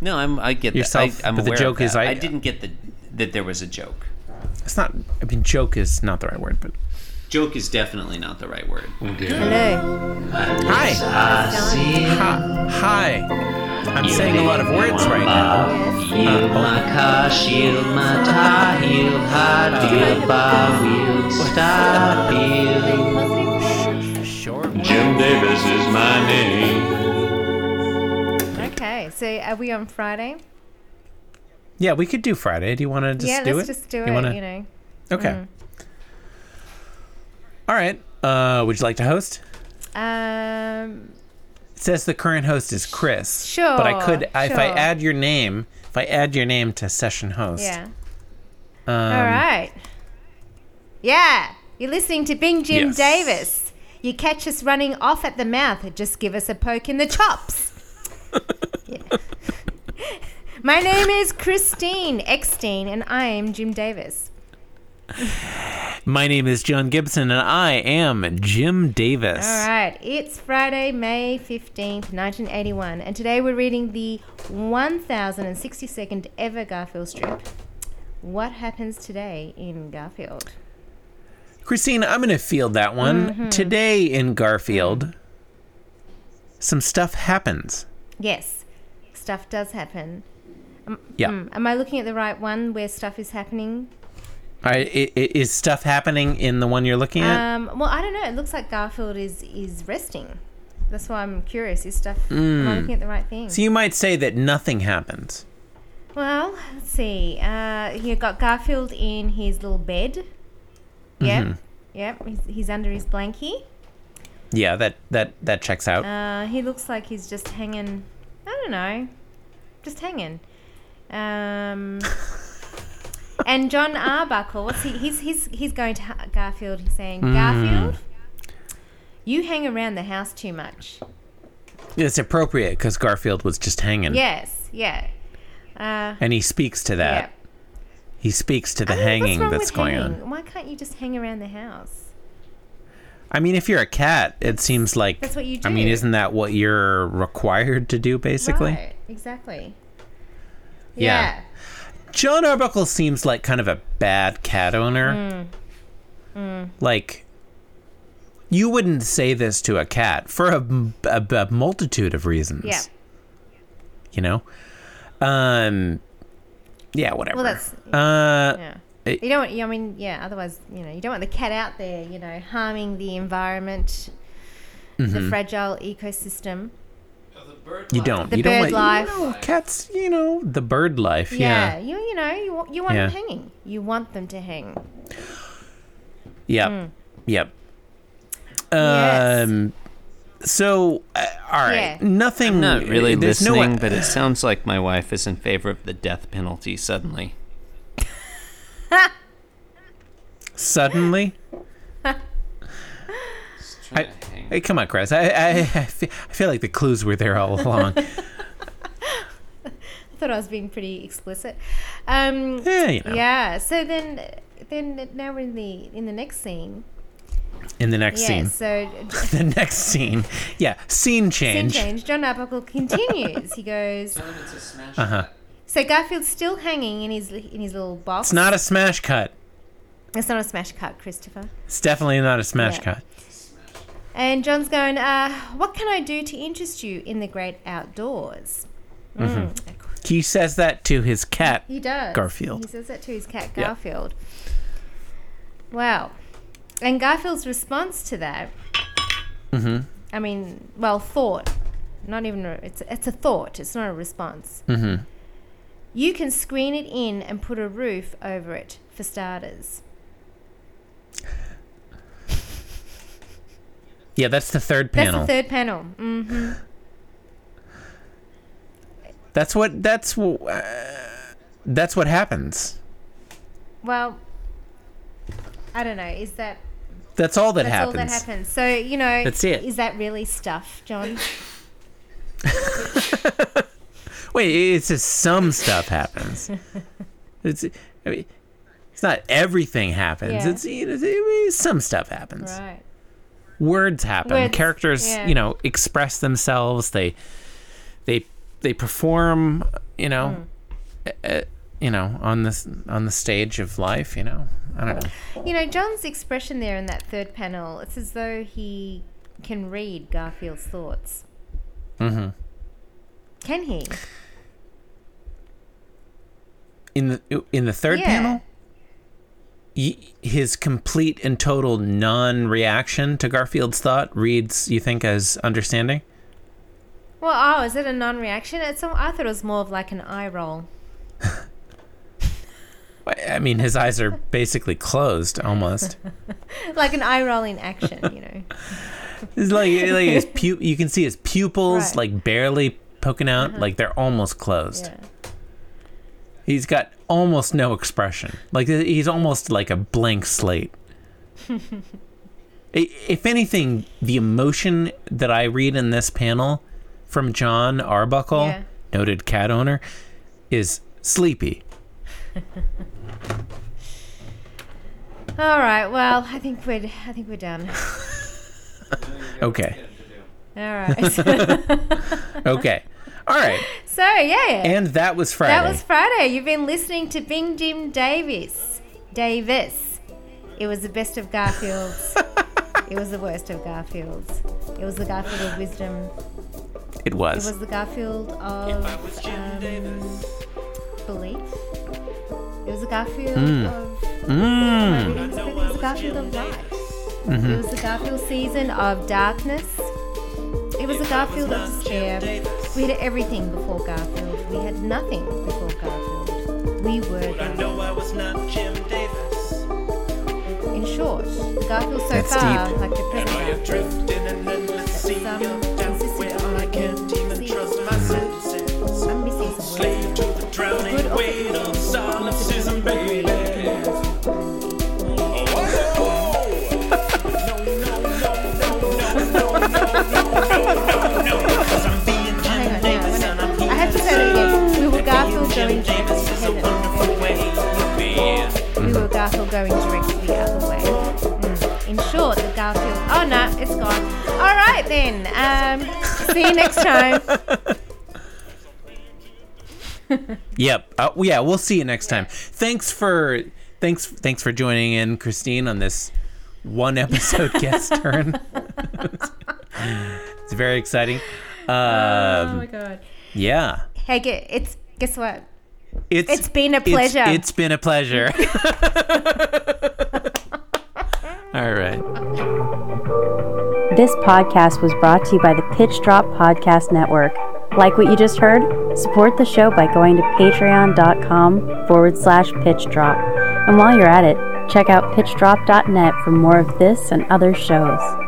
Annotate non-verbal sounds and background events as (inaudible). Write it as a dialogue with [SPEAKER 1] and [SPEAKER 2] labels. [SPEAKER 1] No, I'm. I get
[SPEAKER 2] Yourself,
[SPEAKER 1] That. I, am
[SPEAKER 2] but the
[SPEAKER 1] aware
[SPEAKER 2] joke
[SPEAKER 1] of
[SPEAKER 2] is
[SPEAKER 1] that.
[SPEAKER 2] I-
[SPEAKER 1] I didn't get the that there was a joke.
[SPEAKER 2] It's not. I mean, joke is not the right word, but
[SPEAKER 1] Joke is definitely not the right word. Uh,
[SPEAKER 3] Hello.
[SPEAKER 2] hi, Ha- hi. I'm saying a lot of words right now. Uh, Sure.
[SPEAKER 4] Jim Davis is my name.
[SPEAKER 3] Okay, so are we on Friday?
[SPEAKER 2] Yeah, we could do Friday. Do you want to just
[SPEAKER 3] yeah,
[SPEAKER 2] do
[SPEAKER 3] let's
[SPEAKER 2] it?
[SPEAKER 3] just do
[SPEAKER 2] you
[SPEAKER 3] it.
[SPEAKER 2] wanna-
[SPEAKER 3] You know, Mm.
[SPEAKER 2] Okay. All right. Uh, would you like to host?
[SPEAKER 3] um,
[SPEAKER 2] It says the current host is Chris.
[SPEAKER 3] Sure,
[SPEAKER 2] But I could, if I
[SPEAKER 3] sure.
[SPEAKER 2] add your name, if I add your name to session host.
[SPEAKER 3] yeah.
[SPEAKER 2] Um,
[SPEAKER 3] All right. Yeah, you're listening to Bing Jim
[SPEAKER 2] Yes.
[SPEAKER 3] Davis. You catch us running off at the mouth, just give us a poke in
[SPEAKER 2] (laughs)
[SPEAKER 3] the chops. Yeah. (laughs) My name is Christine Eckstein, and I am Jim Davis.
[SPEAKER 2] My name is John Gibson, and I am Jim Davis.
[SPEAKER 3] All right, it's Friday, May 15th, 1981, and today we're reading the 1062nd ever Garfield strip. What happens today in Garfield?
[SPEAKER 2] Christine, I'm going to field that one.
[SPEAKER 3] Mm-hmm.
[SPEAKER 2] Today in
[SPEAKER 3] Mm.
[SPEAKER 2] Garfield, some stuff happens.
[SPEAKER 3] Yes, stuff does happen.
[SPEAKER 2] Yeah.
[SPEAKER 3] Mm, Am I looking at the right one where stuff is happening?
[SPEAKER 2] I, i- i- is stuff happening in the one you're looking at?
[SPEAKER 3] Um, well, I don't know. It looks like Garfield is is resting. That's why I'm curious. Is stuff? Am I looking at the right thing?
[SPEAKER 2] so you might say that nothing happens.
[SPEAKER 3] Well, let's see. Uh, you got Garfield in his little bed. Yep.
[SPEAKER 2] Mm-hmm.
[SPEAKER 3] Yep. He's, he's under his blankie.
[SPEAKER 2] Yeah, that that that checks out.
[SPEAKER 3] Uh, he looks like he's just hanging. I don't know, just hanging.
[SPEAKER 2] (laughs)
[SPEAKER 3] Um, and John Arbuckle, what's he? He's he's he's going to Ha- Garfield. He's saying,
[SPEAKER 2] Mm.
[SPEAKER 3] Garfield, you hang around the house too much.
[SPEAKER 2] Mm. it's appropriate because Garfield was just hanging,
[SPEAKER 3] Yes, yeah, uh,
[SPEAKER 2] and he speaks to that.
[SPEAKER 3] yeah.
[SPEAKER 2] He speaks to the
[SPEAKER 3] I mean,
[SPEAKER 2] hanging
[SPEAKER 3] what's wrong
[SPEAKER 2] that's
[SPEAKER 3] with
[SPEAKER 2] going
[SPEAKER 3] hanging?
[SPEAKER 2] on.
[SPEAKER 3] Why can't you just hang around the house?
[SPEAKER 2] I mean, if you're a cat, it seems like
[SPEAKER 3] that's what you
[SPEAKER 2] I mean,
[SPEAKER 3] do.
[SPEAKER 2] isn't that what you're required to do basically?
[SPEAKER 3] Right, exactly.
[SPEAKER 2] Yeah. John Arbuckle seems like kind of a bad cat owner.
[SPEAKER 3] Hmm.
[SPEAKER 2] Like, you wouldn't say this to a cat for a, a- a multitude of reasons.
[SPEAKER 3] Yeah.
[SPEAKER 2] You know? Um, yeah, whatever.
[SPEAKER 3] Well, that's
[SPEAKER 2] Uh,
[SPEAKER 3] yeah.
[SPEAKER 2] It-
[SPEAKER 3] you don't want, I mean, yeah, otherwise, you know, you don't want the cat out there, you know, harming the environment,
[SPEAKER 2] Mm-hmm.
[SPEAKER 3] the fragile ecosystem.
[SPEAKER 2] you don't.
[SPEAKER 3] The
[SPEAKER 2] you don't
[SPEAKER 3] bird
[SPEAKER 2] like-
[SPEAKER 3] life.
[SPEAKER 2] No, cats, you know, the bird life.
[SPEAKER 3] Yeah.
[SPEAKER 2] Yeah.
[SPEAKER 3] You, you know, you, wa- you want
[SPEAKER 2] Yeah.
[SPEAKER 3] them hanging. You want them to hang.
[SPEAKER 2] Yep. Yep.
[SPEAKER 3] Hmm. Yes.
[SPEAKER 2] Um, so, uh, all right.
[SPEAKER 3] Yeah.
[SPEAKER 2] Nothing.
[SPEAKER 1] I'm not really
[SPEAKER 2] uh, there's no-
[SPEAKER 1] listening, but it sounds like my wife is in favor of the death penalty suddenly.
[SPEAKER 2] suddenly.
[SPEAKER 1] I,
[SPEAKER 2] Hey, come on, Chris. I, I,
[SPEAKER 3] Mm.
[SPEAKER 2] I, feel, I feel like the clues were there all
[SPEAKER 3] (laughs)
[SPEAKER 2] along.
[SPEAKER 3] I thought I was being pretty explicit. Um,
[SPEAKER 2] yeah, Eh, you know.
[SPEAKER 3] yeah. So then, then now we're in the in the next scene.
[SPEAKER 2] In the next (laughs)
[SPEAKER 3] Yeah. So (laughs)
[SPEAKER 2] scene. The next scene. Yeah, scene
[SPEAKER 3] scene
[SPEAKER 2] change.
[SPEAKER 3] change. John Arbuckle continues. he goes.
[SPEAKER 1] Uh
[SPEAKER 2] Uh-huh.
[SPEAKER 1] huh.
[SPEAKER 3] So Garfield's still hanging in his in his little box.
[SPEAKER 2] It's not a smash cut.
[SPEAKER 3] It's not a smash cut, Christopher.
[SPEAKER 2] It's definitely not a smash
[SPEAKER 3] Yeah.
[SPEAKER 2] cut.
[SPEAKER 3] And John's going, uh, What can I do to interest you in the great outdoors?
[SPEAKER 2] Mm-hmm.
[SPEAKER 3] Mm.
[SPEAKER 2] He says that to his cat.
[SPEAKER 3] He does.
[SPEAKER 2] Garfield.
[SPEAKER 3] He says that to his cat,
[SPEAKER 2] Yeah.
[SPEAKER 3] Garfield. Wow. And Garfield's response to that,
[SPEAKER 2] Mm-hmm.
[SPEAKER 3] I mean, well, thought. Not even, a, it's, it's a thought, it's not a response. Mm-hmm. You can screen it in and put a roof over it, for starters.
[SPEAKER 2] Yeah, that's the third
[SPEAKER 3] That's
[SPEAKER 2] panel.
[SPEAKER 3] the third panel. Mm.
[SPEAKER 2] That's what. That's wh- uh, That's what happens.
[SPEAKER 3] Well, I don't know. Is that
[SPEAKER 2] That's all that
[SPEAKER 3] That's
[SPEAKER 2] happens.
[SPEAKER 3] all that happens. So you know,
[SPEAKER 2] That's it.
[SPEAKER 3] Is that really stuff, John?
[SPEAKER 2] (laughs) Wait, it's just some stuff
[SPEAKER 3] (laughs)
[SPEAKER 2] happens. it's. I mean, it's not everything happens.
[SPEAKER 3] Yeah.
[SPEAKER 2] It's, it's, it's some stuff happens.
[SPEAKER 3] right.
[SPEAKER 2] words happen
[SPEAKER 3] Words,
[SPEAKER 2] characters
[SPEAKER 3] yeah.
[SPEAKER 2] you know express themselves they they they perform you know,
[SPEAKER 3] Mm.
[SPEAKER 2] eh, eh, you know, on this on the stage of life, you know, I don't know.
[SPEAKER 3] You know, John's expression there in that third panel, it's as though he can read Garfield's thoughts.
[SPEAKER 2] Mm-hmm.
[SPEAKER 3] Can he?
[SPEAKER 2] In the in the third
[SPEAKER 3] Yeah.
[SPEAKER 2] panel, y- his complete and total non-reaction to Garfield's thought reads, you think, as understanding.
[SPEAKER 3] Well, oh, is it a non reaction? It's I thought it was more of like an eye roll. (laughs)
[SPEAKER 2] I I mean, his eyes
[SPEAKER 3] (laughs)
[SPEAKER 2] are basically closed almost.
[SPEAKER 3] Like an eye roll in action, you
[SPEAKER 2] (laughs)
[SPEAKER 3] know.
[SPEAKER 2] It's like, like his pu- you can see his pupils
[SPEAKER 3] Right. Mm-hmm.
[SPEAKER 2] like barely poking out, like they're almost closed.
[SPEAKER 3] Yeah.
[SPEAKER 2] He's got almost no expression. Like he's almost like a blank
[SPEAKER 3] (laughs)
[SPEAKER 2] slate. I- if anything, the emotion that I read in this panel from John Arbuckle,
[SPEAKER 3] Yeah.
[SPEAKER 2] noted cat owner, is sleepy.
[SPEAKER 3] All right. Well, I think we're I think
[SPEAKER 2] (laughs)
[SPEAKER 3] we're done.
[SPEAKER 2] Okay.
[SPEAKER 3] All right. (laughs) so
[SPEAKER 2] Okay. All right.
[SPEAKER 3] yeah,
[SPEAKER 2] And that was Friday.
[SPEAKER 3] that was Friday. You've been listening to Bing Jim Davis. Davis. It was the best of Garfields. it was the worst of Garfields. It was the Garfield of wisdom.
[SPEAKER 2] it
[SPEAKER 3] It
[SPEAKER 2] was.
[SPEAKER 3] was the Garfield of um, belief. It was the Garfield of.
[SPEAKER 2] Mm.
[SPEAKER 3] I reading something? It was the Garfield of light. It was the Garfield season of darkness. It was the Garfield of despair. We had everything before Garfield. We had nothing before Garfield. We were. Garfield.
[SPEAKER 5] No, I was not Jim Davis.
[SPEAKER 3] In short, Garfield so
[SPEAKER 2] That's
[SPEAKER 3] far,
[SPEAKER 2] deep.
[SPEAKER 3] like the present
[SPEAKER 5] I
[SPEAKER 3] Garfield,
[SPEAKER 5] have drifted in an endless sea
[SPEAKER 3] Some
[SPEAKER 5] of doubt
[SPEAKER 3] insisted
[SPEAKER 5] where
[SPEAKER 3] on
[SPEAKER 5] I can't even
[SPEAKER 3] sea.
[SPEAKER 5] trust my senses.
[SPEAKER 3] I'm missing some words.
[SPEAKER 5] Slave to the
[SPEAKER 3] Good
[SPEAKER 5] drowning
[SPEAKER 3] old-
[SPEAKER 5] weight of solipsism, baby.
[SPEAKER 3] Hang on, hang on, hang on. I have to say that again. We were Garfield going direct to heaven. We were Garfield going directly the other way. Mm. In short, the Garfield. Oh no, it's gone. All right then. Um, see you next time.
[SPEAKER 2] Yep. Uh, yeah, we'll see you next time. Thanks for thanks thanks for joining in, Christine, on this one
[SPEAKER 3] (laughs)
[SPEAKER 2] episode guest turn. (laughs) it's very exciting.
[SPEAKER 3] (laughs)
[SPEAKER 2] Um,
[SPEAKER 3] oh my god.
[SPEAKER 2] Yeah.
[SPEAKER 3] Hey, gu- it's guess what?
[SPEAKER 2] It's
[SPEAKER 3] It's been a
[SPEAKER 2] it's-
[SPEAKER 3] pleasure.
[SPEAKER 2] it's been a
[SPEAKER 3] (laughs)
[SPEAKER 2] pleasure. (laughs) All right.
[SPEAKER 6] This podcast was brought to you by the Pitch Drop Podcast Network. Like what you just heard? Support the show by going to patreon.com forward slash pitch drop. And while you're at it, check out pitchdrop.net for more of this and other shows.